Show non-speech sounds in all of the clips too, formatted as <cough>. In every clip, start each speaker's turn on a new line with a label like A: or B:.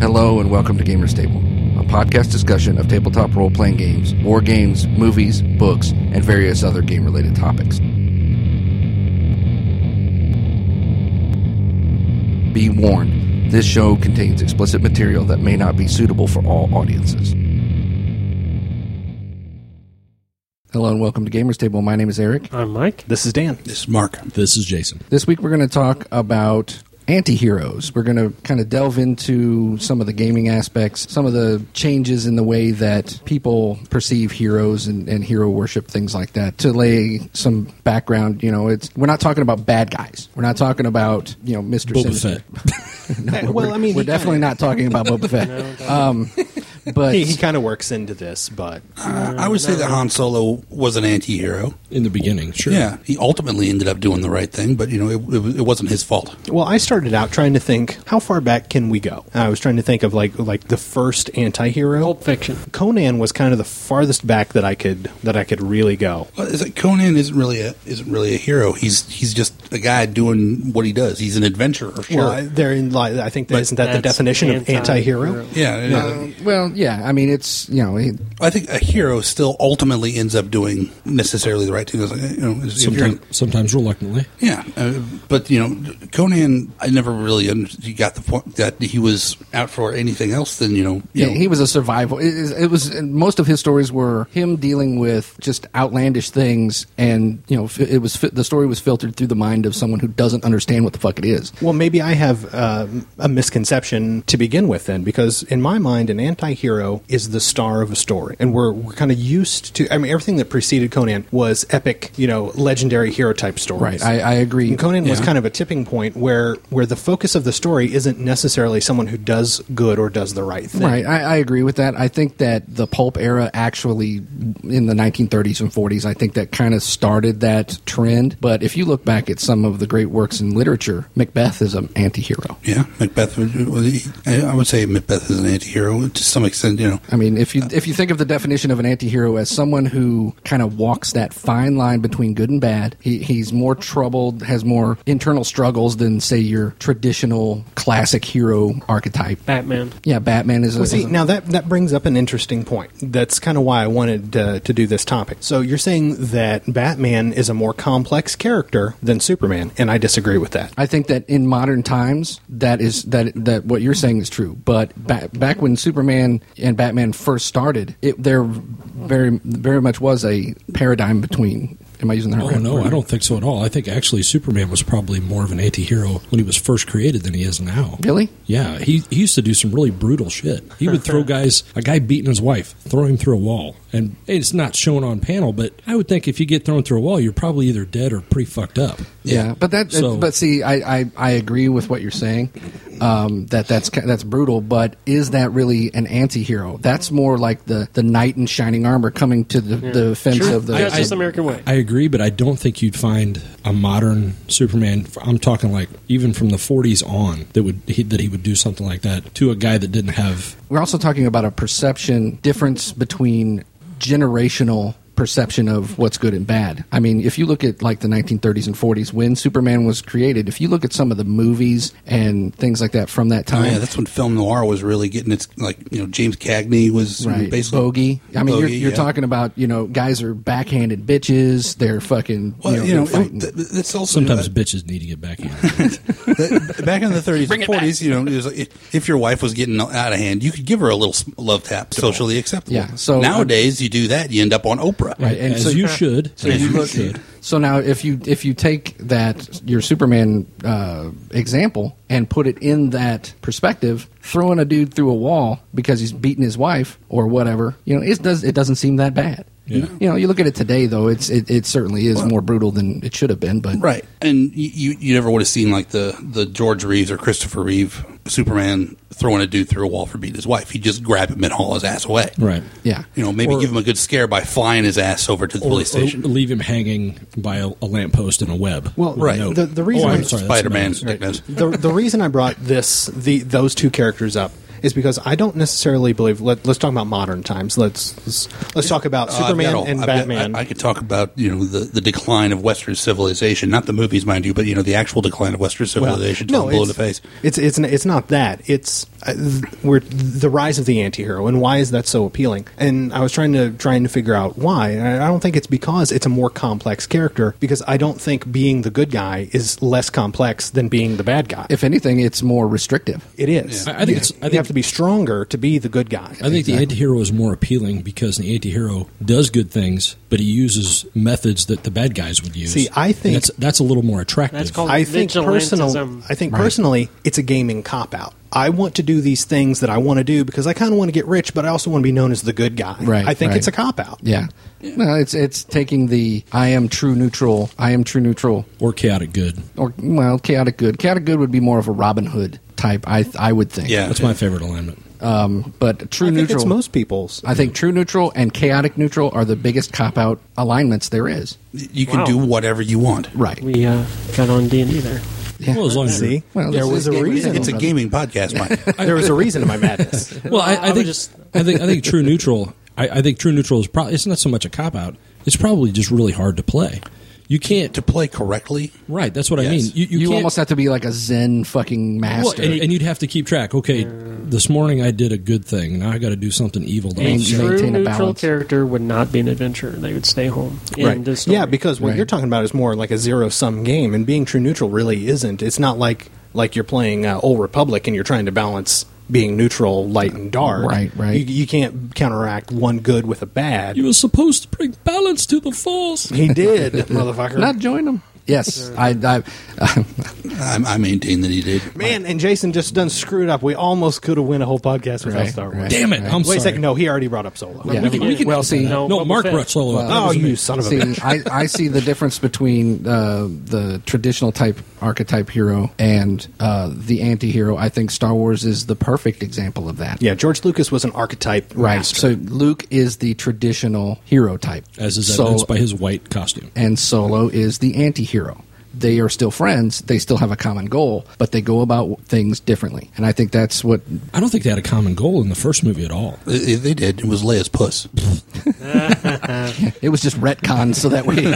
A: Hello and welcome to Gamer Stable, a podcast discussion of tabletop role playing games, war games, movies, books, and various other game related topics. Be warned, this show contains explicit material that may not be suitable for all audiences. Hello and welcome to Gamers Table. My name is Eric.
B: I'm Mike.
C: This is Dan.
D: This is Mark.
C: Uh,
D: This is Jason.
A: This week we're going to talk about anti-heroes. We're going to kind of delve into some of the gaming aspects, some of the changes in the way that people perceive heroes and, and hero worship, things like that. To lay some background, you know, it's we're not talking about bad guys. We're not talking about you know Mister
D: Boba
A: Sinister. No, <laughs>
C: Eh,
A: we're-
C: well, I mean,
A: we're
C: he
A: definitely
C: kinda-
A: not talking about Boba
C: <laughs>
A: Fett. um, but
C: He, he kind of works into this, but
E: I would say that Han Solo was an anti-hero.
D: In the beginning, sure.
E: Yeah, he ultimately ended up doing the right thing, but you know it, it, it wasn't his fault.
C: well, I started out trying to think how far back can we go. I was trying to think of like like the first anti-hero.
B: Pulp Fiction.
C: Conan was kind of the farthest back that I could that I could really go.
E: Well, is it- Conan isn't really a isn't really a hero. He's he's just a guy doing what he does. He's an adventurer. Sure.
C: Well, there in like I think that,
E: But
C: isn't that the
B: That's
C: definition of
B: anti-hero.
C: anti-hero?
E: yeah, yeah.
A: um, well, yeah, I mean, it's you know, it,
E: I think a hero still ultimately ends up doing necessarily the right thing. It's like, you know, if you're-
D: Sometimes, sometimes reluctantly.
E: Yeah, uh, but you know, Conan, I never really under- he got the point that he was out for anything else than you know. you
A: Yeah,
E: know,
A: he was a survival. It, it it was and most of his stories were him dealing with just outlandish things, and you know, fi- it was fi- the story was filtered through the mind of someone who doesn't understand what the fuck it is.
C: Well, maybe I have um, a misconception to begin with, then, because in my mind, an anti hero is the star of a story. And we're, we're kind of used to, I mean, everything that preceded Conan was epic, you know, legendary hero type stories.
A: Right, I- I agree.
C: And Conan was
E: Yeah.
C: kind of a tipping point where, where the focus of the story isn't necessarily someone who does good or does the right thing.
A: Right, I, I agree with that. I think that the pulp era actually in the 1930s and 40s, I think that kind of started that trend. But if you look back at some of the great works in literature, Macbeth is an anti-hero.
E: Yeah, Macbeth. would- well, he- I I would say Macbeth is an anti-hero to some extent. You know,
A: I mean, if you if you think of the definition of an antihero as someone who kind of walks that fine line between good and bad, he, he's more troubled, has more internal struggles than say your traditional classic hero archetype.
B: Batman.
A: Yeah, Batman is a,
C: Well, see,
A: is a-
C: now that, that brings up an interesting point. That's kind of why I wanted uh, to do this topic. So you're saying that Batman is a more complex character than Superman, and I disagree with that.
A: I think that in modern times, that is that that what you're saying is true. But ba- back when Superman and Batman first started, it, there very very much was a paradigm between. Am I using the right
D: Oh, no,
A: word?
D: I don't think so at all. I think actually Superman was probably more of an anti hero when he was first created than he is now.
A: Really?
D: Yeah, he, he used to do some really brutal shit. He would <laughs> throw guys, a guy beating his wife, throw him through a wall. And it's not shown on panel, but I would think if you get thrown through a wall, you're probably either dead or pretty fucked up.
A: Yeah, but that,
D: So-
A: but see, I, I, I agree with what you're saying. Um, that that's ki- that's brutal, but is that really an anti-hero? That's more like the, the knight in shining armor coming to the, the defense
B: Sure.
A: of the.
B: That's just
A: the-
B: American way.
D: I agree, but I don't think you'd find a modern Superman. I'm talking like even from the 40s on that would he, that he would do something like that to a guy that didn't have.
A: we're also talking about a perception difference between generational perception of what's good and bad. I mean, if you look at like the 1930s and 40s when Superman was created, if you look at some of the movies and things like that from that
E: oh,
A: time,
E: yeah, that's when film noir was really getting its like you know James Cagney was
A: right.
E: basically
A: bogey. I mean, you're,
E: Bogey,
A: you're
E: yeah.
A: talking about you know guys are backhanded bitches. They're fucking
E: Well,
A: you know,
E: you know,
A: they're fighting.
E: it- th- it's also
D: Sometimes
E: you know,
D: bitches need to get back in.
E: that- that- back
A: <laughs>
E: in the 30s and 40s. You know, it was like, if- if your wife was getting out of hand, you could give her a little s- love tap, socially acceptable.
A: Yeah, so- uh,
E: nowadays, you do that, you end up on Oprah.
A: Right, and
D: as
A: so-
D: you should.
A: So
D: as
A: you
D: you
A: look-
D: should.
A: So now, if you if you take that your Superman uh, example and put it in that perspective, throwing a dude through a wall because he's beating his wife or whatever, you know, it does it doesn't seem that bad.
D: Yeah.
A: You know, you look at it today though; it's it, it certainly is more brutal than it should have been. But
E: Right, and you, you you never would have seen like the the George Reeves or Christopher Reeve Superman throwing a dude through a wall for beating his wife. He'd just grab him and haul his ass away.
D: <laughs> Right.
A: yeah,
E: You know, maybe
D: Or-
E: give him a good scare by flying his ass over to the
D: Or, or
E: police station.
D: leave him hanging by a, a lamppost in a web.
C: Well,
D: with a
E: right.
D: note.
C: The- the reason
D: oh,
C: I'm
D: I'm sorry, that's
E: Spider Man.
D: about it.
C: the, the reason I brought this the those two characters up is because I don't necessarily believe. Let, let's talk about modern times. Let's let's, let's talk about
E: Uh, I've
C: Superman
E: got all-
C: and
E: I've got-
C: Batman.
E: I, I could talk about you know the, the decline of Western civilization, not the movies, mind you, but you know the actual decline of Western
C: Well,
E: civilization. till I'm blue in the face.
C: It's it's n- it's not that. It's uh, th- we're the rise of the anti-hero and why is that so appealing? And I was trying to trying to figure out why. And I I don't think it's because it's a more complex character because I don't think being the good guy is less complex than being the bad guy.
A: If anything, it's more restrictive.
C: it is.
D: I- I think
C: You-
D: it's- I
C: you
D: think-
C: have to be stronger to be the good guy.
D: I think the antihero is more appealing because the antihero does good things, but he uses methods that the bad guys would use.
C: See, I
D: And
C: think-
D: that's, that's a little more attractive.
B: That's called-
C: I think personal,
B: Vigilantism.
C: I think personally, it's a gaming cop out. I want to do these things that I want to do because I kind of want to get rich, but I also want to be known as the good guy.
A: Right,
C: I think
A: right.
C: it's a cop out.
A: Yeah. No, it's it's taking the I am true neutral. I am true neutral,
D: or chaotic good.
A: or well, chaotic good. Chaotic good would be more of a Robin Hood type. I I would think.
E: Yeah,
D: That's my favorite alignment.
A: Um, but true
C: I
A: neutral.
C: think it's most people's.
A: I think true neutral and chaotic neutral are the biggest cop out alignments there is.
E: you can
B: Wow.
E: do whatever you want.
A: Right.
B: We uh, got on D and D there.
A: Yeah.
D: Well, as long as
C: See,
D: you're-
A: Well,
C: there
A: this
C: was
A: is
C: a
A: gaming.
C: reason.
E: It's a
A: brother.
E: gaming podcast, Mike.
C: there was a reason to my madness.
D: Well, I,
B: I
D: I
B: would
D: think
B: just-
D: I think I think true neutral. I, I think true neutral is probably it's not so much a cop out. It's probably just really hard to play. You can't.
E: to play correctly,
D: Right. That's what I
E: Yes.
D: mean. You, you,
A: You,
D: can't,
A: almost have to be like a Zen fucking
D: Well,
A: master.
D: and, and you'd have to keep track. Okay, this morning I did a good thing. Now I got to do something evil. To
B: A
A: Main-
D: make-
B: true
A: maintain a
B: neutral
A: balance.
B: character would not be an adventurer. They would stay home. End of story.
C: Yeah, because what
A: Right.
C: you're talking about is more like a zero sum game, and being true neutral really isn't. It's not like like you're playing uh, Old Republic and you're trying to balance being neutral, light and dark.
A: Right, right.
C: You, you can't counteract one good with a bad.
D: you were supposed to bring balance to the force.
C: <laughs> he did, <laughs> motherfucker.
A: Not join them. Yes, I, I,
E: I, I maintain that he did.
C: Man, and Jason just done screwed up. We almost could have win a whole podcast without
A: Right,
C: Star Wars.
A: right.
D: Damn it! I'm
C: Wait
D: sorry.
C: a second. No, he already brought up Solo.
A: Yeah.
D: We can- we can-
A: well, see,
B: No.
D: No,
B: Boba
D: Mark
B: Fett.
D: Brett solo.
A: Well,
D: That
C: Oh,
D: was me.
C: you son of a
A: see,
C: bitch.
A: I, I see the difference between uh, the traditional type archetype hero and uh, the anti-hero. I think Star Wars is the perfect example of that.
C: Yeah, George Lucas was an archetype.
A: Right.
C: master.
A: So Luke is the traditional hero type,
D: as is
A: Solo-
D: evidenced by his white costume.
A: and Solo is the anti-hero. They are still friends. They still have a common goal, but they go about things differently. And I think that's what
D: I don't think they had a common goal in the first movie at all.
E: They, they did. It was Leia's puss.
A: it was just retcon, so that
C: <laughs>
A: way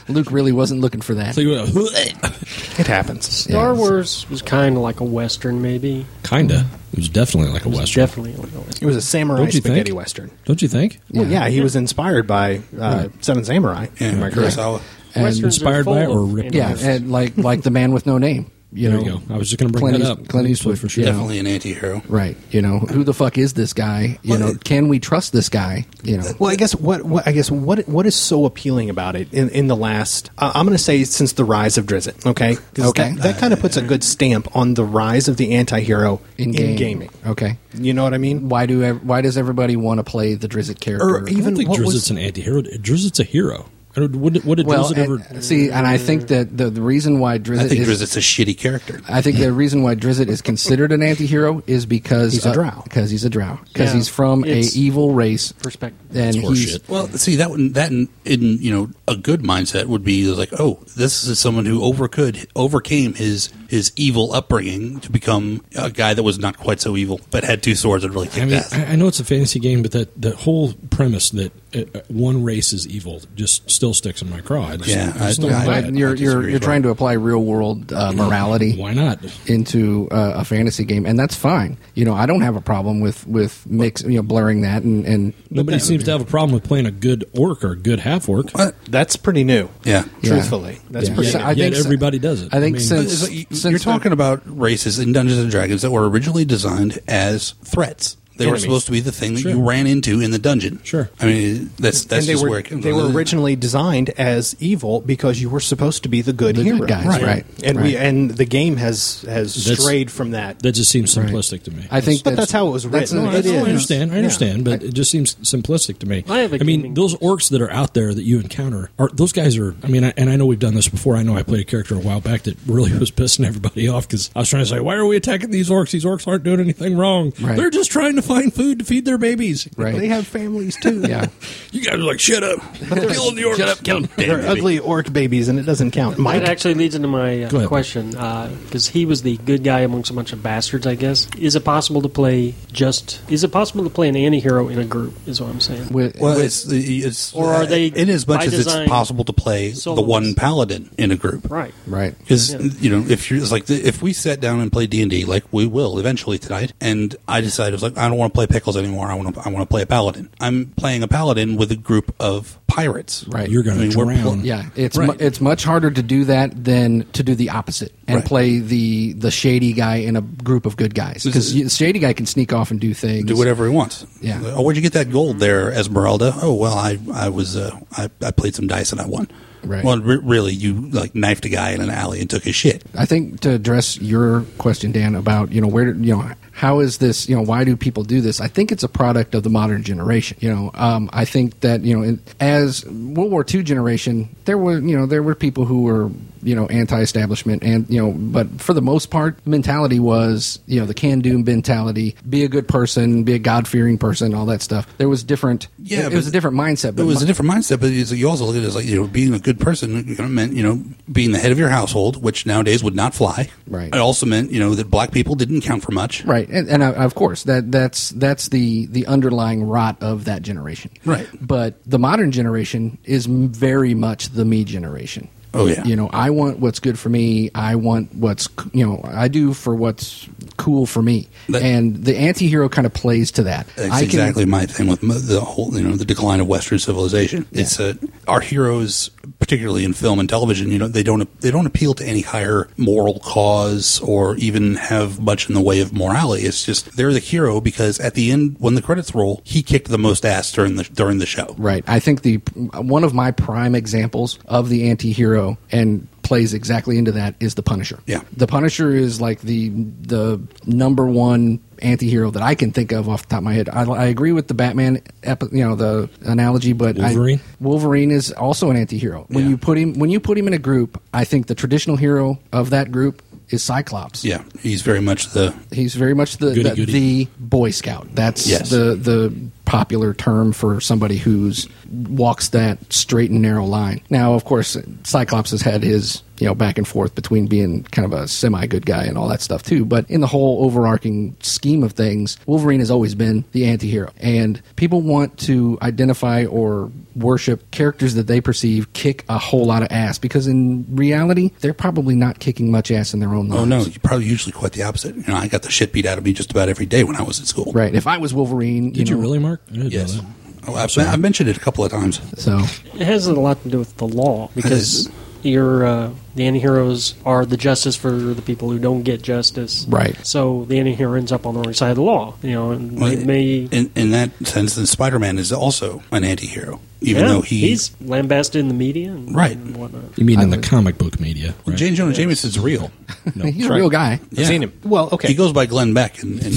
A: <laughs> Luke really wasn't looking for that.
D: So you went,
C: it happens.
B: Star
A: Yeah.
B: Wars was kind of like a western, maybe.
D: <laughs> kinda. It was definitely like a
B: It was
D: western.
B: definitely like a western.
C: It was a samurai
D: Don't you
C: spaghetti
D: think?
C: western.
D: don't you think?
C: Well, yeah, he was inspired by uh, Seven Samurai. Am I
E: Yeah,
C: correct?
E: Kurosawa.
A: And
B: Westerns are
D: inspired
B: full
D: by
B: of
D: or ripped
A: yeah,
B: anti-heroes.
A: and like like the man with no name. You
D: There
A: know,
D: you go. I was just going to bring
A: Clint
D: that
A: East-
D: up.
A: Clint Eastwood,
D: for sure.
A: yeah.
E: Definitely an anti-hero.
A: right? You know, who the fuck is this guy? You
E: Well,
A: know,
E: it-
A: can we trust this guy? You know,
C: Well, I guess what, what I guess what what is so appealing about it in, in the last I I'm going to say since the rise of Drizzt, okay? 'Cause
A: Okay.
C: That, that kind of puts a good stamp on the rise of the anti-hero in,
A: game.
C: gaming.
A: Okay,
C: You know what I mean?
A: why do ev- why does everybody want to play the Drizzt character?
C: Or
D: I
C: even
D: don't think
C: what
D: Drizzt's
C: was-
D: an anti-hero. Drizzt's a hero. I don't- What did, what did
A: well,
D: Drizzt
A: and-
D: ever?
A: see, and I think that the, the reason why Drizzt
E: I think
A: is,
E: Drizzt a shitty character.
A: I think the reason why Drizzt is considered an anti-hero is because
C: He's a drow.
A: Because he's a drow. Because
B: Yeah.
A: he's from a
B: It's-
A: evil race.
B: Perspective.
A: And
D: That's
A: he's,
D: horseshit.
E: Well, see that one- that in, in you know a good mindset would be like, oh, this is someone who overcould overcame his his evil upbringing to become a guy that was not quite so evil, but had two swords and really
D: I
E: kicked
D: mean,
E: ass.
D: I I know it's a fantasy game, but that, that whole premise that uh, uh, one race is evil just still sticks in my craw. I just-
E: Yeah,
D: I just
E: I-
D: don't
E: I-
D: buy
A: but
D: it.
A: you're
E: I
A: you're
E: disagree,
A: you're
E: but-
A: trying to apply real world uh, morality
D: Why not?
A: into uh, a fantasy game, and that's fine. You know, I don't have a problem with with mix, you know, blurring that and and
D: Nobody seems to have a problem with playing a good orc or a good half orc.
E: What?
C: That's pretty new.
E: Yeah.
C: Truthfully. That's
A: Yeah.
C: pretty
A: So
C: new.
A: I
D: Yet
A: think so-
D: everybody does it.
A: I think
D: I mean-
A: since,
E: It's like you-
A: since
E: you're
A: the-
E: talking about races in Dungeons and Dragons that were originally designed as threats. They were
C: Enemies.
E: supposed to be the thing that
D: Sure.
E: you ran into in the dungeon.
D: Sure.
E: I mean, that's that's
C: and they
E: just
C: were
E: where it comes
C: they were
E: from.
C: originally designed as evil because you were supposed to be the good
A: The good
C: hero,
A: guys, Right. right,
C: And we
A: right.
C: and the game has has
D: That's-
C: strayed from that.
D: That just seems
A: Right.
D: simplistic to me.
A: I think
C: But that's how it was
A: that's-
C: written.
A: no,
D: I
C: It
D: don't
C: is.
D: understand. I
C: Yeah.
D: understand, but it just seems simplistic to me.
B: I have a
D: mean,
B: gaming-
D: those orcs that are out there that you encounter are those guys are. I mean, I, and I know we've done this before. I know I played a character a while back that really <laughs> was pissing everybody off because I was trying to say, "Why are we attacking these orcs? These orcs aren't doing anything wrong.
A: Right.
D: They're just trying to find food to feed their babies.
A: Right.
C: They have families too.
A: Yeah.
D: You guys are like, shut up. Kill the orcs.
E: Shut up,
B: <laughs>
E: kill him.
C: They're ugly orc babies, and it doesn't count. Mike,
B: That actually leads into my
D: Go
B: uh,
D: ahead.
B: question because he was the good guy amongst a bunch of bastards, I guess. Is it possible to play just? Is it possible to play an antihero in a group? Is what I'm saying.
A: With,
E: <laughs> Well, it's, it's
B: Or are they
E: in as much
B: by
E: as
B: design
E: it's possible to play the
B: soloists?
E: one paladin in a group,
B: right.
A: right.
E: Because
B: Yeah.
E: you know, if you're it's like the, if we sat down and played D anD D, like we will eventually tonight, and I decided I was like I don't want to play pickles anymore. I want to I want to play a paladin. I'm playing a paladin with a group of pirates.
A: Right.
D: You're going
E: I
D: to
E: mean, we're
D: drown.
E: pl-
A: Yeah, it's
D: Right.
A: mu- it's much harder to do that than to do the opposite and
E: Right.
A: play the the shady guy in a group of good guys because the shady guy can sneak off and do things.
E: Do whatever he wants.
A: Yeah.
E: Oh, where'd you get that gold there, Esmeralda? Oh well, I I was uh, I I played some dice and I won.
A: Right.
E: Well, re- really, you like knifed a guy in an alley and took his shit.
A: I think to address your question, Dan, about you know where you know how is this you know why do people do this? I think it's a product of the modern generation. You know, um, I think that you know in- as World War II generation, there were you know there were people who were you know anti-establishment and you know but for the most part mentality was you know the can-do mentality be a good person be a god-fearing person all that stuff there was different it,
E: Yeah,
A: it
E: but-
A: was a different mindset but
E: It was
A: my-
E: a different mindset, but it's, you also look at it as like you know being a good person you know, meant you know being the head of your household, which nowadays would not fly.
A: Right.
E: It also meant you know that black people didn't count for much.
A: Right, and, and uh, of course that that's that's the the underlying rot of that generation.
E: Right.
A: but the modern generation is m- very much the me generation.
E: Oh, yeah.
A: you know I want what's good for me. I want what's c- you know I do for what's cool for me,
E: That-
A: and the anti-hero kind of plays to that.
E: That's
A: I can-
E: exactly my thing with mo- the whole, you know, the decline of Western civilization. It's uh, our heroes, particularly in film and television, you know, they don't they don't appeal to any higher moral cause or even have much in the way of morality. It's just they're the hero because at the end, when the credits roll, he kicked the most ass during the during the show.
A: Right. I think the one of my prime examples of the anti-hero and plays exactly into that is the Punisher.
E: Yeah.
A: The Punisher is like the the number one anti-hero that I can think of off the top of my head. I, I agree with the Batman, epi- you know, the analogy, but I-
D: Wolverine?
A: Wolverine is also an anti-hero. When
E: Yeah.
A: you put him when you put him in a group, I think the traditional hero of that group is Cyclops.
E: Yeah, he's very much the
A: He's very much the
D: Goody,
A: the,
D: goody.
A: the Boy Scout. That's
E: Yes.
A: the the popular term for somebody who's walks that straight and narrow line. Now, of course, Cyclops has had his you know back and forth between being kind of a semi good guy and all that stuff too. But in the whole overarching scheme of things, Wolverine has always been the anti-hero. and people want to identify or worship characters that they perceive kick a whole lot of ass because in reality, they're probably not kicking much ass in their own lives.
E: Oh no, you probably usually quite the opposite. You know, I got the shit beat out of me just about every day when I was in school.
A: Right. If I was Wolverine,
D: Did you
A: know,
D: really, Mark? I didn't know
E: Yes.
D: that.
E: Oh, I've, I've mentioned it a couple of times.
D: <laughs>
A: So
B: It has a lot to do with the law because
E: is.
B: your uh, the antiheroes are the justice for the people who don't get justice.
A: Right.
B: So the antihero ends up on the wrong side of the law. You know, and
E: Well,
B: they may.
E: in, in that sense, then Spider-Man is also an anti-hero, even
B: yeah,
E: though he-
B: he's lambasted in the media and,
E: Right.
B: and whatnot.
D: You mean in the
A: would-
D: comic book media? Right?
E: Jane Jonah Jameson's real.
A: he's a real guy.
C: I've seen him. Well, okay.
E: He goes by Glenn Beck, and, and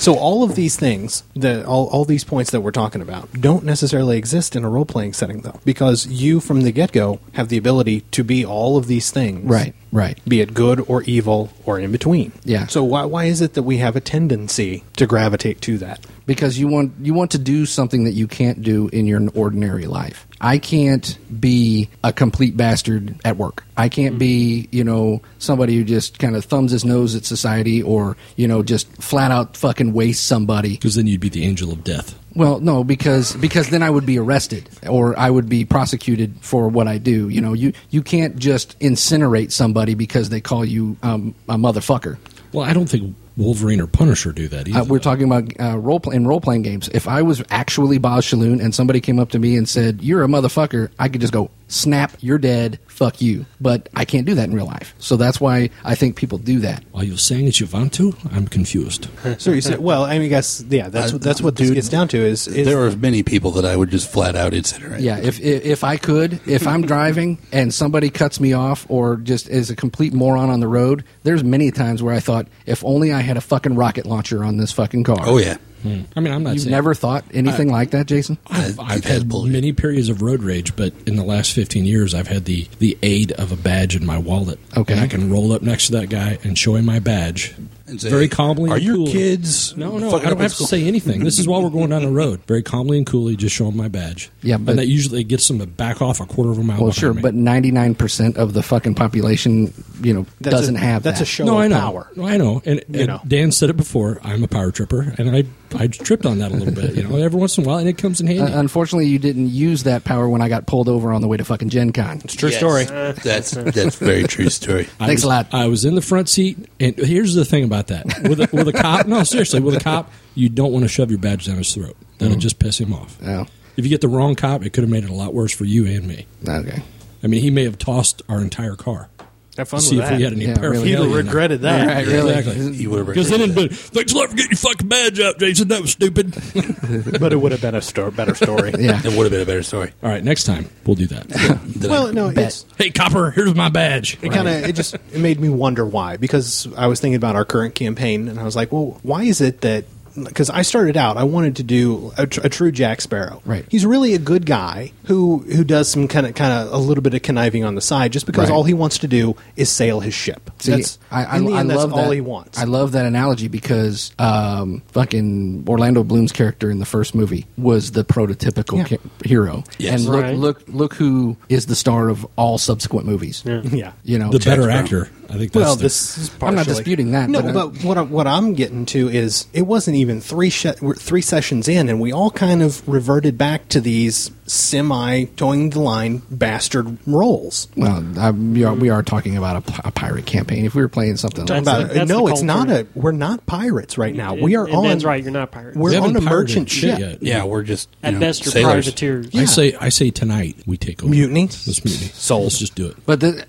C: So all of these things, the, all, all these points that we're talking about, don't necessarily exist in a role playing setting, though, because you from the get go have the ability to be all of these things,
A: Right, right.
C: Be it good or evil or in between,
A: Yeah.
C: So why why is it that we have a tendency to gravitate to that?
A: Because you want you want to do something that you can't do in your ordinary life. I can't be a complete bastard at work. I can't be, you know, somebody who just kind of thumbs his nose at society or, you know, just flat out fucking waste somebody.
D: Because then you'd be the angel of death.
A: Well, no, because because then I would be arrested or I would be prosecuted for what I do. You know, you you can't just incinerate somebody because they call you um, a motherfucker.
D: Well, I don't think Wolverine or Punisher do that either.
A: Uh, we're talking about uh, role play, in role playing games. If I was actually Boz Shaloon and somebody came up to me and said, "You're a motherfucker," I could just go, "Snap! You're dead. Fuck you." But I can't do that in real life, so that's why I think people do that.
D: Are you saying that you want to? I'm confused.
C: So you said, well, I mean, I guess yeah, that's what that's what this gets down to is, is
E: Uh, there are many people that I would just flat out incinerate.
A: Yeah, if if, if I could, if I'm driving and somebody cuts me off or just is a complete moron on the road, there's many times where I thought, if only I had a fucking rocket launcher on this fucking car.
E: Oh yeah. Uh,
D: I mean, I'm not
A: You've
D: saying
A: never thought anything like that, Jason?
D: I've,
E: I
D: I've
E: think that's
D: had
E: bullshit.
D: many periods of road rage, but in the last 15 years, I've had the, the aid of a badge in my wallet.
A: Okay.
D: And I can roll up next to that guy and show him my badge.
E: and say,
D: Very calmly
E: Are
D: and
E: your
D: coolly.
E: kids?
D: No, no,
E: fucking
D: I
E: up
D: don't
E: at
D: have to
E: school?"
D: say anything. This is why we're going down the road. Very calmly and coolly, just show them my badge.
A: Yeah, but-
D: and that usually gets them to back off a quarter of a mile.
A: Well,
D: behind
A: sure,
D: me.
A: but 99% of the fucking population, you know,
C: That's
A: doesn't
C: a,
A: have
C: that's
A: that.
C: a show
D: no,
C: of
D: I know.
C: power.
D: No, I know. And, and
C: know.
D: Dan said it before. I'm a power tripper, and I I tripped on that a little bit. You know, every once in a while, and it comes in
A: Uh,
D: handy.
A: unfortunately, you didn't use that power when I got pulled over on the way to fucking Gen Con.
C: It's a true
E: Yes.
C: story.
E: That's that's very true story.
D: I
A: Thanks
D: was-
A: a lot.
D: I was in the front seat, and here's the thing about that: with a, with a cop, no, seriously, with a cop, you don't want to shove your badge down his throat. That'll
A: Mm.
D: just piss him off.
A: Oh,
D: If you get the wrong cop, it could have made it a lot worse for you and me.
A: okay.
D: I mean, he may have tossed our entire car.
C: Have
D: to
C: fun
D: see
C: with
D: if we had
C: that.
D: any
A: Yeah, really.
D: paraphernalia.
C: Peter
D: in there.
C: regretted that.
A: All right,
E: Yeah,
A: really?
D: exactly.
E: You would have
D: Because then it'd
E: regretted
D: been, thanks a lot for getting your fucking badge out, Jason. That was stupid.
C: but it would have been a stor- better story.
A: <laughs> Yeah.
E: that. It would have been a better story.
D: All right, next time we'll do that.
A: <laughs>
E: Then I-
C: Well, no, it's,
D: hey, copper, here's my badge.
C: it kind of it just it made me wonder why because I was thinking about our current campaign and I was like, well, why is it that because I started out, I wanted to do a, tr- a true Jack Sparrow.
A: Right.
C: He's really a good guy who who does some kind of kind of a little bit of conniving on the side, just because
A: Right.
C: all he wants to do is sail his ship.
A: See,
C: that's
A: I, I,
C: in the
A: I
C: end, that's
A: love
C: all
A: that,
C: he wants.
A: I love that analogy because um, fucking Orlando Bloom's character in the first movie was the prototypical
C: Yeah.
A: ca- hero,
E: Yes.
A: and look,
B: Right.
A: look, look who is the star of all subsequent movies.
C: <laughs> yeah.
A: You know,
D: the
A: Jack
D: better
A: Sparrow.
D: actor. I think that's
C: Well,
D: the-
C: this is
A: I'm not
C: partially-
A: disputing that,
C: No,
A: but I-
C: but, what I, what I'm getting to is it wasn't even three she- we're three sessions in, and we all kind of reverted back to these semi towing the line bastard roles.
A: Well, I, we, are, we are talking about a, pi- a pirate campaign. If we were playing something, like
B: Talking That's
C: About
A: that,
B: the-
C: it.
B: that's
C: no,
B: the
C: it's not a.
B: culture.
C: We're not pirates right now.
B: And-
C: we are
B: and
C: on.
B: Dan's right, you're not pirates.
D: we
C: We're
D: haven't
C: on a
D: pirated
C: merchant ship.
D: shit yet.
E: yeah, we're just you
B: At
E: know,
B: best, you're
E: sailors.
B: privateers.
D: I say, I say tonight we take over.
C: Mutiny?
D: Let's mutiny.
C: Sold.
D: Let's just do it.
A: but the,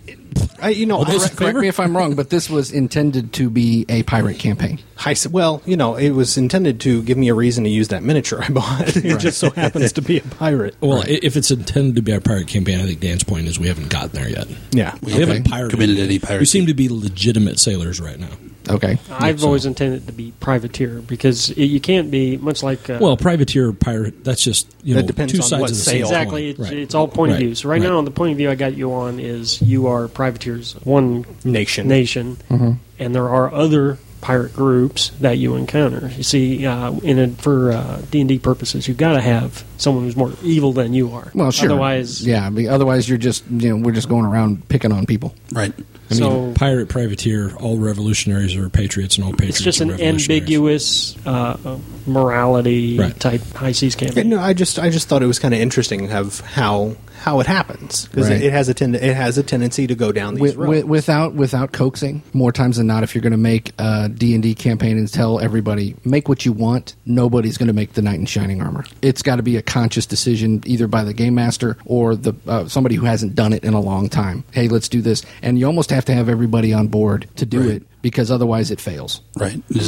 C: I, you know, I,
D: those-
A: correct,
C: rec-
A: correct me if I'm wrong, but this was intended to be a pirate campaign.
C: I said, well, you know, it was intended to give me a reason to use that miniature I bought. <laughs> It just so happens to be a pirate.
D: Well, i if it's intended to be our pirate campaign, I think Dan's point is we haven't gotten there yet.
C: yeah.
E: We
D: We haven't
E: haven't
D: pirated
E: committed
D: yet.
E: any piracy.
D: We seem to be legitimate sailors right now.
A: Okay,
B: I've always intended to be privateer because it, you can't be much like uh,
D: Well, privateer, pirate. That's just you
C: That
D: know
C: depends
D: two
C: on
D: sides
C: what
D: of the
C: sail.
D: same coin.
B: Exactly. It's,
D: Right.
B: it's all point
D: Right.
B: of views. Right,
D: Right.
B: now, the point of view I got you on is you are privateers, one
C: Nation.
B: nation,
A: Mm-hmm.
B: and there are other pirate groups that you encounter. You see, uh, in a, for uh, D and D purposes, you've got to have someone who's more evil than you are.
A: well, sure.
B: Otherwise,
A: yeah. I mean, otherwise, you're just you know we're just going around picking on people.
E: right.
D: I mean,
B: So-
D: pirate, privateer. All revolutionaries are patriots, and all patriots
B: it's just
D: are
B: an
D: revolutionaries.
B: ambiguous uh, uh, morality
D: Right.
B: type high seas campaign.
C: No, I just I just thought it was kind of interesting of how how it happens because
A: Right.
C: it, it has a tend- it has a tendency to go down these
A: Wi-
C: roads.
A: wi- without without coaxing more times than not if you're going to make a d&d campaign and tell everybody make what you want nobody's going to make the knight in shining armor it's got to be a conscious decision either by the game master or the uh, somebody who hasn't done it in a long time hey let's do this and you almost have to have everybody on board to do it because otherwise it fails
E: Right. I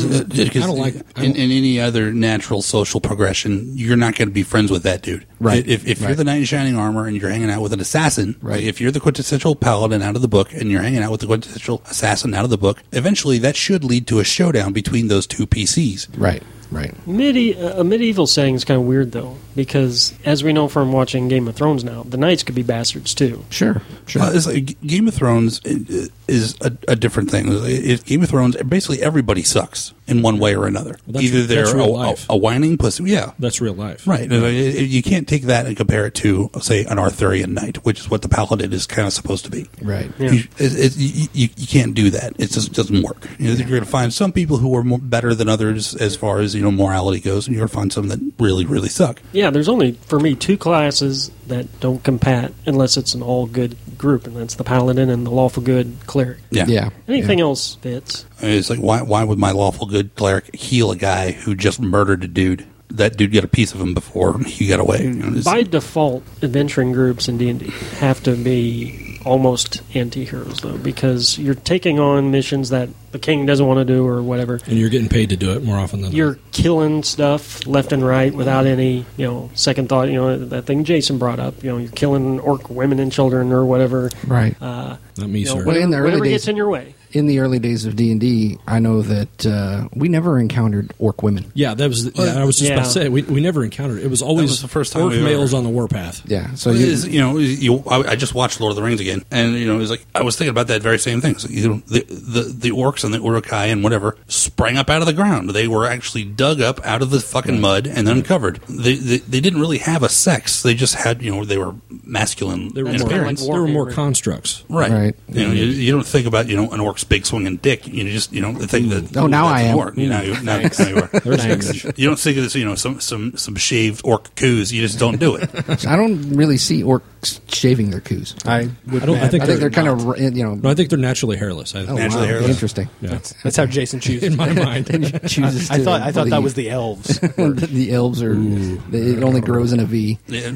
D: don't like- I
E: in,
D: don't-
E: in any other natural social progression, you're not going to be friends with that dude.
A: Right.
E: If, if you're
A: Right.
E: the knight in shining armor and you're hanging out with an assassin,
A: Right.
E: If you're the quintessential paladin out of the book and you're hanging out with the quintessential assassin out of the book, eventually that should lead to a showdown between those two PCs.
A: right right
B: Medi- a medieval saying is kind of weird though, because as we know from watching Game of Thrones now, the knights could be bastards too.
A: sure sure
E: Well, Uh, it's like Game of Thrones i- is a, a different thing. It, Game of Thrones, basically everybody sucks in one way or another.
D: Well, that's-
E: Either
D: that's
E: they're a, a,
D: real life.
E: a whining pussy, yeah,
D: That's real life.
E: Right. And, uh, it- it- You can't take that and compare it to, say, an Arthurian knight, which is what the paladin is kind of supposed to be.
A: right
E: You, it, it, you, you- you can't do that. It just doesn't work. You know, You're going to find some people who are more, better than others as far as you know morality goes, and you're going to find some that really, really suck.
B: Yeah, there's only for me two classes that don't compat unless it's an all good group, and that's the paladin and the lawful good cleric.
E: Yeah.
A: yeah
B: Anything
A: yeah.
B: else fits.
E: I mean, it's like why why would my lawful good cleric heal a guy who just murdered a dude? That dude got a piece of him before he got away. You know, it's-
B: By default, adventuring groups in D and D have to be almost anti-heroes though, because you're taking on missions that the king doesn't want to do or whatever.
D: And you're getting paid to do it more often than
B: you're killing stuff left and right without any you know second thought you know that thing jason brought up you know you're killing orc women and children or whatever
A: right
B: uh,
D: not me,
B: you know,
D: sir.
A: Well, in
B: whatever,
A: the early
B: whatever
A: days-
B: gets in your way
A: in the early days of D and D, I know that uh, we never encountered orc women.
D: Yeah, that was. The, yeah, I was just about to
B: Yeah.
D: say we, we never encountered. It It was always
E: was the first time
D: orc
E: we ever-
D: males on the warpath.
A: Yeah, so
E: It
A: you,
E: is, you know, you, I, I just watched Lord of the Rings again, and you know, it was like I was thinking about that very same thing. So, you know, the, the the orcs and the urukai and whatever sprang up out of the ground. They were actually dug up out of the fucking mud and uncovered. They, they they didn't really have a sex. They just had you know they were masculine
D: There were
E: in
D: more.
B: kinda
E: appearance.
B: like war
D: There were more
B: favorite.
D: constructs.
E: Right.
A: Right.
E: You know, you, you don't think about you know an orc's big swinging dick. You just you know think that.
A: Oh, now
E: that's
A: I
E: an
A: am.
E: Orc. You know, you, now, now you are.
C: Thanks.
E: You don't think of this, you know, some some some shaved orc coos. You just
A: <laughs>
E: don't do it.
A: I don't really see orcs shaving their coos.
C: I, would
D: I don't- I
C: have-
D: think
A: I think they're
D: They're
A: kind of you know.
D: No, I think they're naturally hairless. I,
A: oh,
D: yeah.
E: naturally
A: wow,
E: hairless.
A: interesting.
C: that's how Jason chooses.
D: <laughs> In my mind,
A: Chooses
C: <laughs> I
A: to
C: thought I thought that
A: believe. <laughs>
C: was the elves.
A: the, elves are. They, it only grows in a V.
E: Yeah.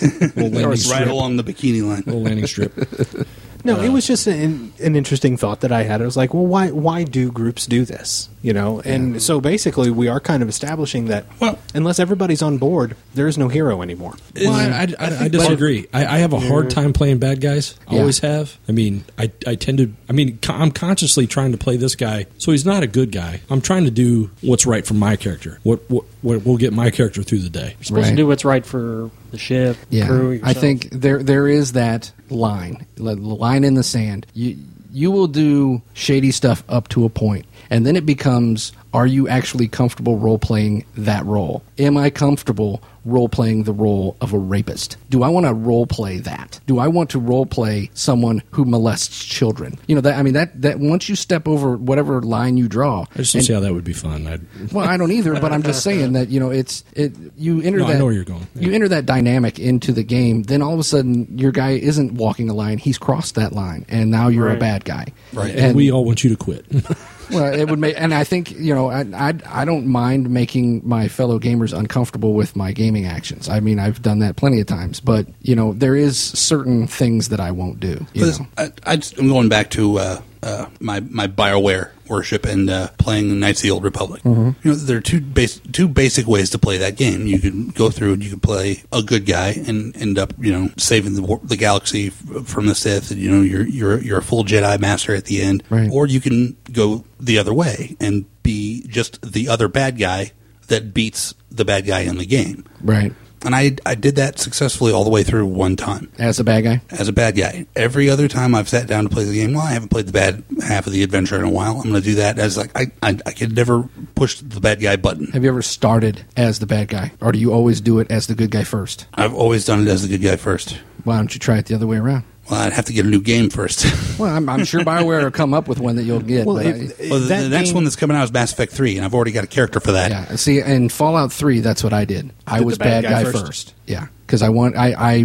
D: landing
E: Or it's right
D: strip.
E: along the bikini line.
D: little landing strip.
C: <laughs>
A: <laughs>
C: No, it was just an, an interesting thought that I had. I was like, well, why why do groups do this? You know, and so basically, we are kind of establishing that
E: Well-
C: unless everybody's on board, there is no hero anymore.
D: Well, I, I- I- I disagree. I, I have a hard time playing bad guys. I
A: Yeah.
D: Always have. I mean, I, I tend to. I mean, co- I'm consciously trying to play this guy, so he's not a good guy. I'm trying to do what's right for my character. What what what will get my character through the day.
B: You're supposed
A: Right.
B: to do what's right for the ship,
A: Yeah,
B: crew.
A: I
B: yourself.
A: think there there is that line, the line in the sand. You you will do shady stuff up to a point, and then it becomes: Are you actually comfortable role playing that role? Am I comfortable role playing the role of a rapist? Do I want to role play that? Do I want to role play someone who molests children? You know that I mean that that once you step over whatever line you draw,
D: I just don't
A: and-
D: see how that would be fun. I'd,
A: well, I don't either, but I'm just saying that you know it's it. You enter
D: No, I
A: that.
D: know where you're going.
A: You enter that dynamic into the game. Then all of a sudden, your guy isn't walking a line; he's crossed that line, and now you're a
B: Right.
A: bad guy.
E: Right.
D: and we all want you to quit. <laughs>
A: well, it would make, and I think you know, I, I I don't mind making my fellow gamers uncomfortable with my gaming actions. I mean, I've done that plenty of times, but you know, there is certain things that I won't do. You know?
E: I, I just, I'm going back to uh, uh, my my Bioware worship and uh, playing Knights of the Old Republic. You know, there are two bas- two basic ways to play that game. You can go through and you can play a good guy and end up you know saving the wor- the galaxy f- from the Sith. And, you know, you're you're you're a full Jedi master at the end,
A: Right.
E: or you can go the other way and be just the other bad guy that beats the bad guy in the game.
A: Right,
E: And I I did that successfully all the way through one time
A: as a bad guy.
E: as a bad guy. Every other time I've sat down to play the game, well, I haven't played the bad half of the adventure in a while. I'm going to do that as like I, I I could never push the bad guy button.
A: Have you ever started as the bad guy, or do you always do it as the good guy first?
E: I've always done it as the good guy first.
A: Why don't you try it the other way around?
E: Well, I'd have to get a new game first.
A: Well, I'm, I'm sure Bioware will come up with one that you'll get.
C: Well,
A: but
C: if-
E: <laughs>
A: I-
E: well, the,
C: That
E: the next
C: game-
E: one that's coming out is Mass Effect Three, and I've already got a character for that.
A: yeah, see, in Fallout Three, that's what I did. I
C: Did
A: was
C: the bad
A: bad,
C: guy
A: guy,
C: first?
A: first. Yeah, because I want I, I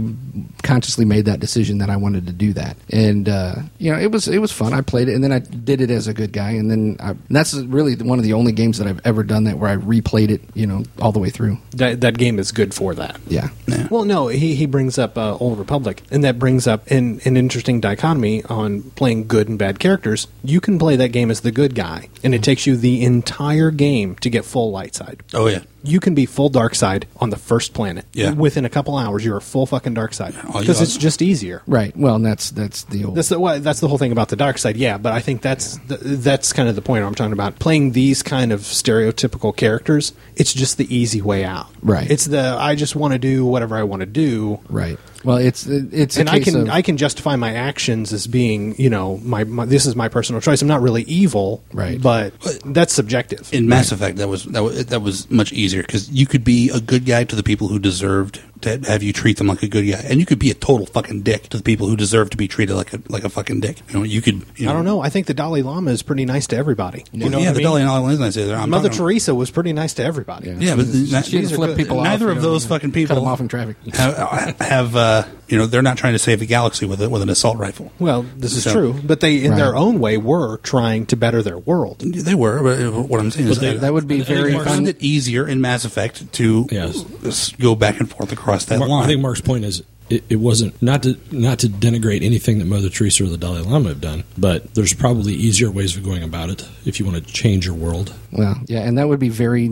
A: consciously made that decision that I wanted to do that, and uh, you know it was it was fun. I played it, and then I did it as a good guy, and then I, and that's really one of the only games that I've ever done that where I replayed it, you know, all the way through.
C: That, that game is good for that.
A: Yeah,
C: Well, no, he, he brings up uh, Old Republic, and that brings up an, an interesting dichotomy on playing good and bad characters. You can play that game as the good guy, and it takes you the entire game to get full light side.
E: Oh yeah.
C: You can be full dark side on the first planet.
E: Yeah.
C: Within a couple hours, you're a full fucking dark side
E: Oh, you
C: because
E: are-
C: it's just easier.
A: right. Well, and that's that's the old.
C: That's the why that's the whole thing about the dark side. Yeah, but I think that's th- that's kind of the point I'm talking about. Playing these kind of stereotypical characters, it's just the easy way out.
A: Right.
C: It's the I just want to do whatever I want to do.
A: Right. Well, it's it's a
C: And I
A: case
C: can
A: of-
C: I can justify my actions as being you know my, my this is my personal choice. I'm not really evil,
A: Right.
C: But that's subjective.
E: In Mass Effect, that was that was, that was much easier because you could be a good guy to the people who deserved to have you treat them like a good guy, and you could be a total fucking dick to the people who deserve to be treated like a like a fucking dick. You know, you could. You know,
C: I don't know. I think the Dalai Lama is pretty nice to everybody. You know
E: yeah,
C: what
E: the
C: I mean?
E: Dalai Lama. is nice. I'm
C: Mother
E: talking-
C: Teresa was pretty nice to everybody.
A: Yeah.
E: Yeah, but the-
A: she
E: these
A: can
E: are
A: flip
E: good-
A: people off,
E: Neither
A: you
E: of
A: know,
E: those
A: and
E: fucking
A: cut
E: people
A: them off in traffic.
E: <laughs> have, have uh, you know they're not trying to save the galaxy with a, with an assault rifle.
C: Well, this is
E: So-
C: true, but they, in their
A: Right.
C: own way, were trying to better their world.
E: They were, but what I'm saying is
D: they-
E: I-
A: that would be
D: I think
A: very
D: Mark's-
A: fun.
E: found it easier in Mass Effect to
D: Yes.
E: s- go back and forth across that
D: Mark,
E: line.
D: I think Mark's point is it, it wasn't not to not to denigrate anything that Mother Teresa or the Dalai Lama have done, but there's probably easier ways of going about it if you want to change your world.
A: Well, yeah, and that would be very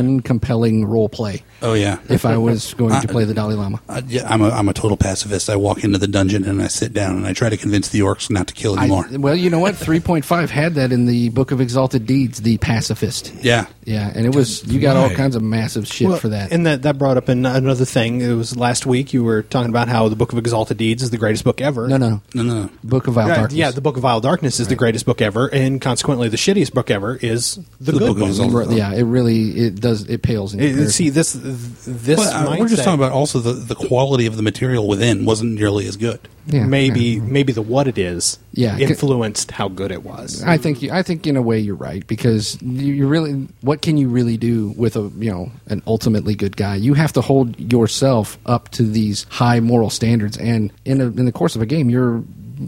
A: uncompelling role play
E: Oh yeah.
A: if I
E: <laughs>
A: was going to play the Dalai Lama.
E: Uh, yeah, I'm a I'm a total pacifist. I walk into the dungeon and I sit down and I try to convince the orcs not to kill
A: I-
E: anymore.
A: well, you know what? 3.5 had that in the Book of Exalted Deeds, the pacifist.
E: yeah,
A: Yeah, and it was you got all
D: Right.
A: kinds of massive shit
C: Well,
A: for that.
C: And that, that brought up an, another thing. It was last week you were talking about how the Book of Exalted Deeds is the greatest book ever.
A: no, no,
E: no, no, no.
A: Book of Vile
C: Right,
A: Darkness.
C: yeah, the Book of Vile Darkness is the greatest book ever, and consequently, the shittiest book ever is the, good
E: Book of
C: book.
E: Exalted
A: Right, yeah, it really it does it pales in
C: It- it-
A: comparison.
C: see this this
E: But, uh, we're just
C: mindset,
E: talking about also the, the quality of the material within wasn't nearly as good.
A: Yeah,
C: maybe maybe the what it is
A: Yeah, c-
C: influenced how good it was.
A: I think you, I think in a way you're right because you, you really what can you really do with a you know an ultimately good guy? You have to hold yourself up to these high moral standards, and in a, in the course of a game, your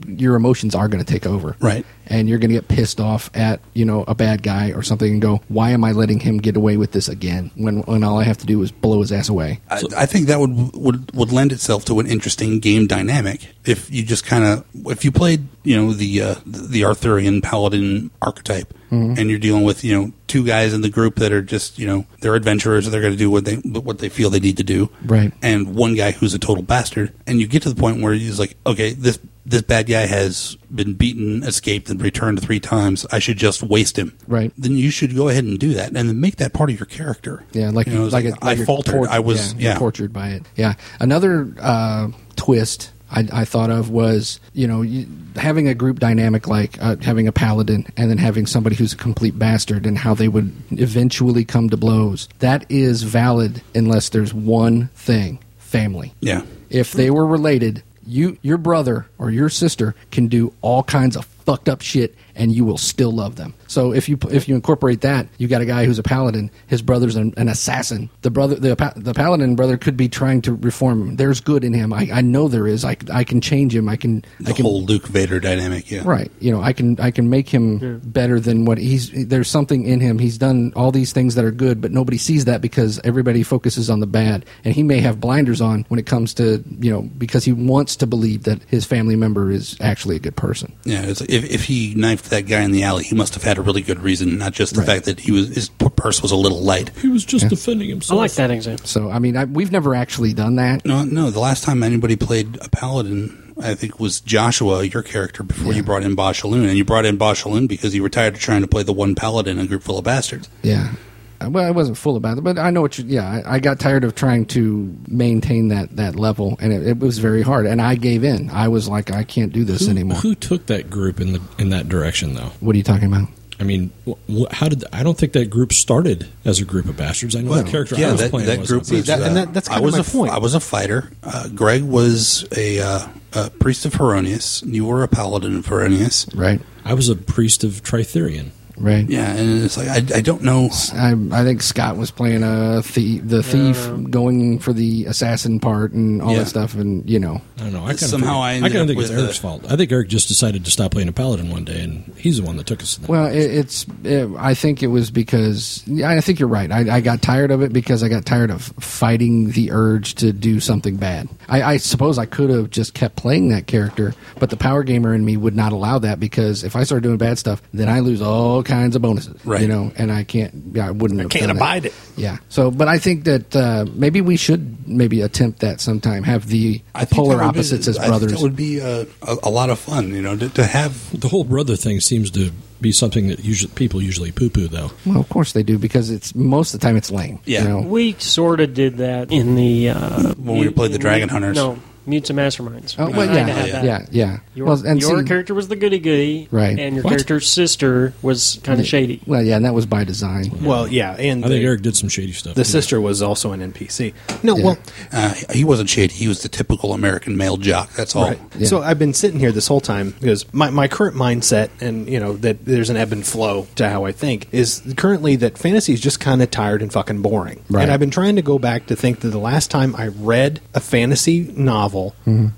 A: your emotions are going to take over,
E: Right.
A: And you're going to get pissed off at you know a bad guy or something, and go, why am I letting him get away with this again? When when all I have to do is blow his ass away.
E: I, I think that would, would would lend itself to an interesting game dynamic if you just kind of if you played you know the uh, the Arthurian paladin archetype
A: Mm-hmm.
E: and you're dealing with you know two guys in the group that are just you know they're adventurers they're going to do what they what they feel they need to do
A: Right.
E: and one guy who's a total bastard and you get to the point where he's like okay this this bad guy has been beaten escaped and returned three times I should just waste him
A: Right.
E: then you should go ahead and do that and then make that part of your character
A: Yeah, like
E: you know, it's
A: like,
E: like,
A: a, like
E: I
A: you're
E: faltered
A: tort-
E: I was
A: you're
E: yeah.
A: tortured by it. Yeah, another uh, twist I, I thought of was you know you, having a group dynamic like uh, having a paladin and then having somebody who's a complete bastard and how they would eventually come to blows. That is valid unless there's one thing: family.
E: Yeah.
A: If they were related, you your brother or your sister can do all kinds of fucked up shit and you will still love them. So if you if you incorporate that, you got a guy who's a paladin, his brother's an, an assassin. The brother the pa- the paladin brother could be trying to reform him. There's good in him. I, I know there is. I, I can change him. I can I
E: The
A: can
E: whole Luke Vader dynamic, yeah.
A: Right. You know, I can I can make him better than what he's there's something in him. He's done all these things that are good, but nobody sees that because everybody focuses on the bad. And he may have blinders on when it comes to, you know, because he wants to believe that his family member is actually a good person.
E: Yeah, it's like if, if he knifed that guy in the alley, he must have had a really good reason, not just the
A: Right.
E: fact that he was his p- purse was a little light.
D: He was just defending
B: I
D: himself.
B: like that example.
A: So, I mean, I, we've never actually done that.
E: No, no, the last time anybody played a paladin, I think was Joshua, your character, before you brought in Bashaloon, and you brought in Bashaloon because you were tired of trying to play the one paladin in a group full of bastards.
A: Yeah. Uh, Well, I wasn't full about it, but I know what you. Yeah, I, I got tired of trying to maintain that that level, and it, it was very hard. And I gave in. I was like, I can't do this
D: who,
A: anymore.
D: who took that group in the in that direction though?
A: What are you talking about?
D: I mean, wh- wh- how did I don't think that group started as a group of bastards. I know the character I
E: yeah,
D: was
E: that,
D: playing
E: that
D: was
E: group.
D: a bastard.
C: that- and that's
E: I
C: kinda
E: was
C: my
E: a f-
C: point.
E: I was a fighter. Uh, Greg was a, uh, a priest of Heronius. You were a paladin of Heronius.
A: Right.
D: I was a priest of Tritherion.
A: Right.
E: Yeah, and it's like I, I don't know.
A: I, I think Scott was playing a thief, the thief going for the assassin part and all
E: Yeah.
A: that stuff, and you know,
D: I don't know. I kinda
E: Somehow
D: think-
E: I
D: I,
E: ended
D: kind
E: up
D: of think it's
E: with
D: Eric's
E: the-
D: fault. I think Eric just decided to stop playing a paladin one day, and he's the one that took us. To that.
A: well, it, it's. It, I think it was because yeah, I think you're right. I, I got tired of it because I got tired of fighting the urge to do something bad. I, I suppose I could have just kept playing that character, but the power gamer in me would not allow that because if I start doing bad stuff, then I lose all kinds of bonuses,
E: Right.
A: You know, and I can't. Yeah, I wouldn't. have
C: can't
A: done that.
C: abide it.
A: Yeah. So, but I think that uh, maybe we should maybe attempt that sometime. Have the
E: think
A: polar
E: that would be-
A: opposites as
E: I think
A: brothers.
E: that would be uh, a, a lot of fun, you know, to, to have.
D: the whole brother thing seems to be something that usually people usually poo poo though.
A: well, of course they do because it's most of the time it's lame.
E: Yeah.
A: You know?
B: We sort of did that in the uh,
E: When we
B: Mu-
E: played the Dragon Hunters.
B: No, Mutes and Masterminds.
A: Oh,
B: We
A: well,
B: tried
A: yeah,
B: to have
A: yeah,
B: that.
A: yeah,
B: Your,
A: well, and
B: your
A: see-
B: character was the goody goody,
A: Right.
B: And your
D: What?
B: character's sister was kind of shady.
A: Well, yeah, and that was by design.
C: Well, yeah, and
D: I think
C: the,
D: Eric did some shady stuff.
C: the
D: too.
C: sister was also an NPC. No,
A: Yeah.
C: well,
E: Uh, he wasn't shady. He was the typical American male jock. That's all.
C: Right.
A: Yeah.
C: So I've been sitting here this whole time because my, my current mindset, and you know that there's an ebb and flow to how I think, is currently that fantasy is just kind of tired and fucking boring.
A: Right.
C: And I've been trying to go back to think that the last time
A: Mm-hmm.
C: I read a fantasy novel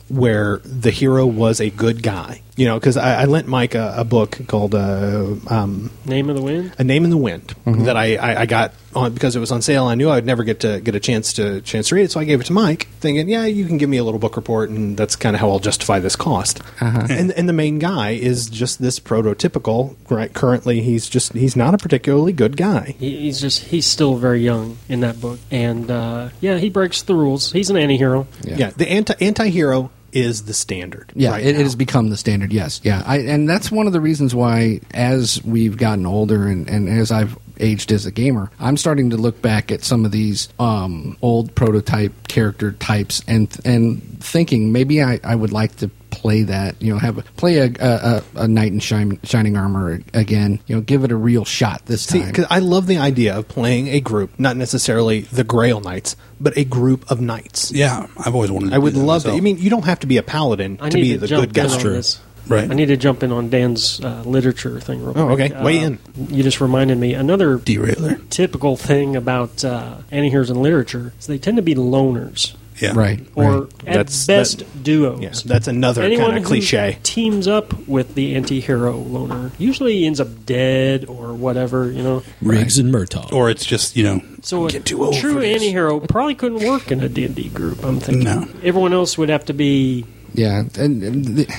C: where the hero was a good guy, You know, because I, I lent Mike a, a book called uh, um,
B: Name of the Wind?
C: a name in the wind
A: Mm-hmm.
C: that I, I, I got on because it was on sale. I knew I would never get to get a chance to chance to read it, so I gave it to Mike, thinking, "Yeah, you can give me a little book report, and that's kind of how I'll justify this cost."
A: Uh-huh.
C: <laughs> And and the main guy is just this prototypical. Right, currently, he's just he's not a particularly good guy.
B: He, he's just, he's still very young in that book. And uh, yeah, he breaks the rules. He's an anti hero.
C: Yeah, the anti anti-hero is the standard.
A: Yeah,
C: right
A: it, it
C: now.
A: has become the standard. Yes, yeah, I, and that's one of the reasons why, as we've gotten older and, and as I've aged as a gamer, I'm starting to look back at some of these um, old prototype character types and and thinking maybe I, I would like to play that. You know, have a, play a, a, a, a knight in shine, shining armor again. You know, give it a real shot this
C: See,
A: time.
C: because I love the idea of playing a group, not necessarily the Grail Knights, but a group of knights.
E: Yeah, I've always wanted. to
C: I would
E: do
C: love
E: myself.
C: that. I mean, you don't have to be a paladin
B: I
C: to
B: need
C: be
B: to
C: the
B: jump
C: good guy.
B: in on this.
E: Right.
B: I need to jump in on Dan's uh, literature thing real
C: Oh,
B: quick.
C: okay. Weigh
B: Uh,
C: in.
B: You just reminded me. Another
E: derailer.
B: typical thing about uh, anti-heroes in literature is they tend to be loners
E: Yeah,
A: right,
B: or
A: right.
B: at
C: That's-
B: best
C: that-
B: duos.
C: Yeah, that's another
B: Anyone
C: kind of
B: who
C: cliche.
B: teams up with the anti-hero loner usually ends up dead or whatever, you know.
D: Riggs and Murtaugh.
E: Or it's just you know.
B: So a
E: Get too old for
B: true
E: this.
B: anti-hero probably couldn't work in a D&D group, I'm thinking.
E: No.
B: Everyone else would have to be
A: Yeah, and, and the,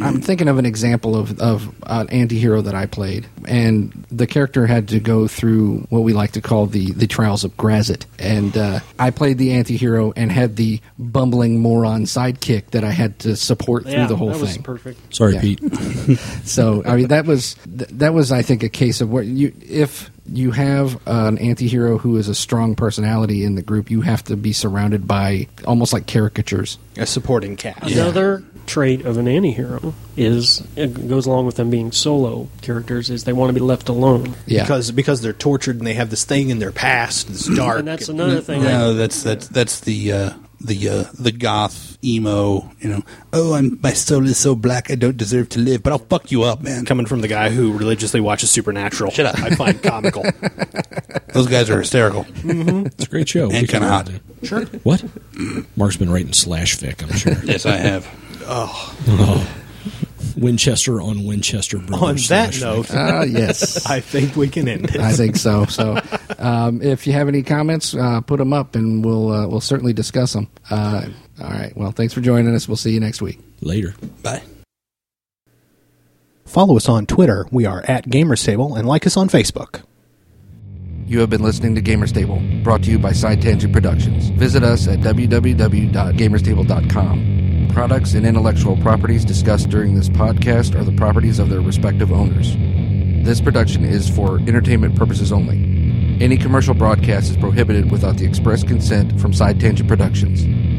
A: I'm thinking of an example of of an antihero that I played, and the character had to go through what we like to call the the trials of Grazit, and uh, I played the antihero and had the bumbling moron sidekick that I had to support
B: yeah,
A: through the whole
B: that was
A: thing.
B: perfect.
D: Sorry,
A: Yeah.
D: Pete.
A: So
B: <laughs>
A: I mean that was th- that was I think a case of what you if you have an antihero who is a strong personality in the group, you have to be surrounded by almost like caricatures.
C: A supporting cast.
B: Another trait of an anti-hero is it goes along with them being solo characters is they want to be left alone.
A: Yeah.
C: Because because they're tortured and they have this thing in their past, this dark.
B: And that's another thing.
E: No, that's that's that's the uh, the uh, the goth emo. You know, oh, I'm my soul is so black, I don't deserve to live, but I'll fuck you up, man.
C: coming from the guy who religiously watches Supernatural. Shut up. I find <laughs> comical.
E: Those guys are
B: <laughs>
E: hysterical.
D: It's a great
E: <laughs>
D: show.
E: And
D: We can
E: kinda
D: all
E: hot.
D: do.
C: sure.
D: What? Mark's been writing slash fic, I'm
C: <laughs>
D: sure.
E: yes, I have.
D: Oh. Winchester on Winchester Brothers.
C: On that
D: slash
C: note,
A: Ah,
B: <laughs>
A: yes.
C: I think we can end
A: I
C: it.
A: think so. So, um, if you have any comments, uh, put them up, and we'll uh, we'll certainly discuss them. Uh, all right. Well, thanks for joining us. We'll see you next week.
D: fic. Later.
E: Bye.
C: Follow us on Twitter. We are at Gamers Table and like us on Facebook.
A: You have been listening to Gamers Table, brought to you by Side Tangent Productions. Visit us at www.gamerstable.com. Products and intellectual properties discussed during this podcast are the properties of their respective owners. This production is for entertainment purposes only. Any commercial broadcast is prohibited without the express consent from Side Tangent Productions.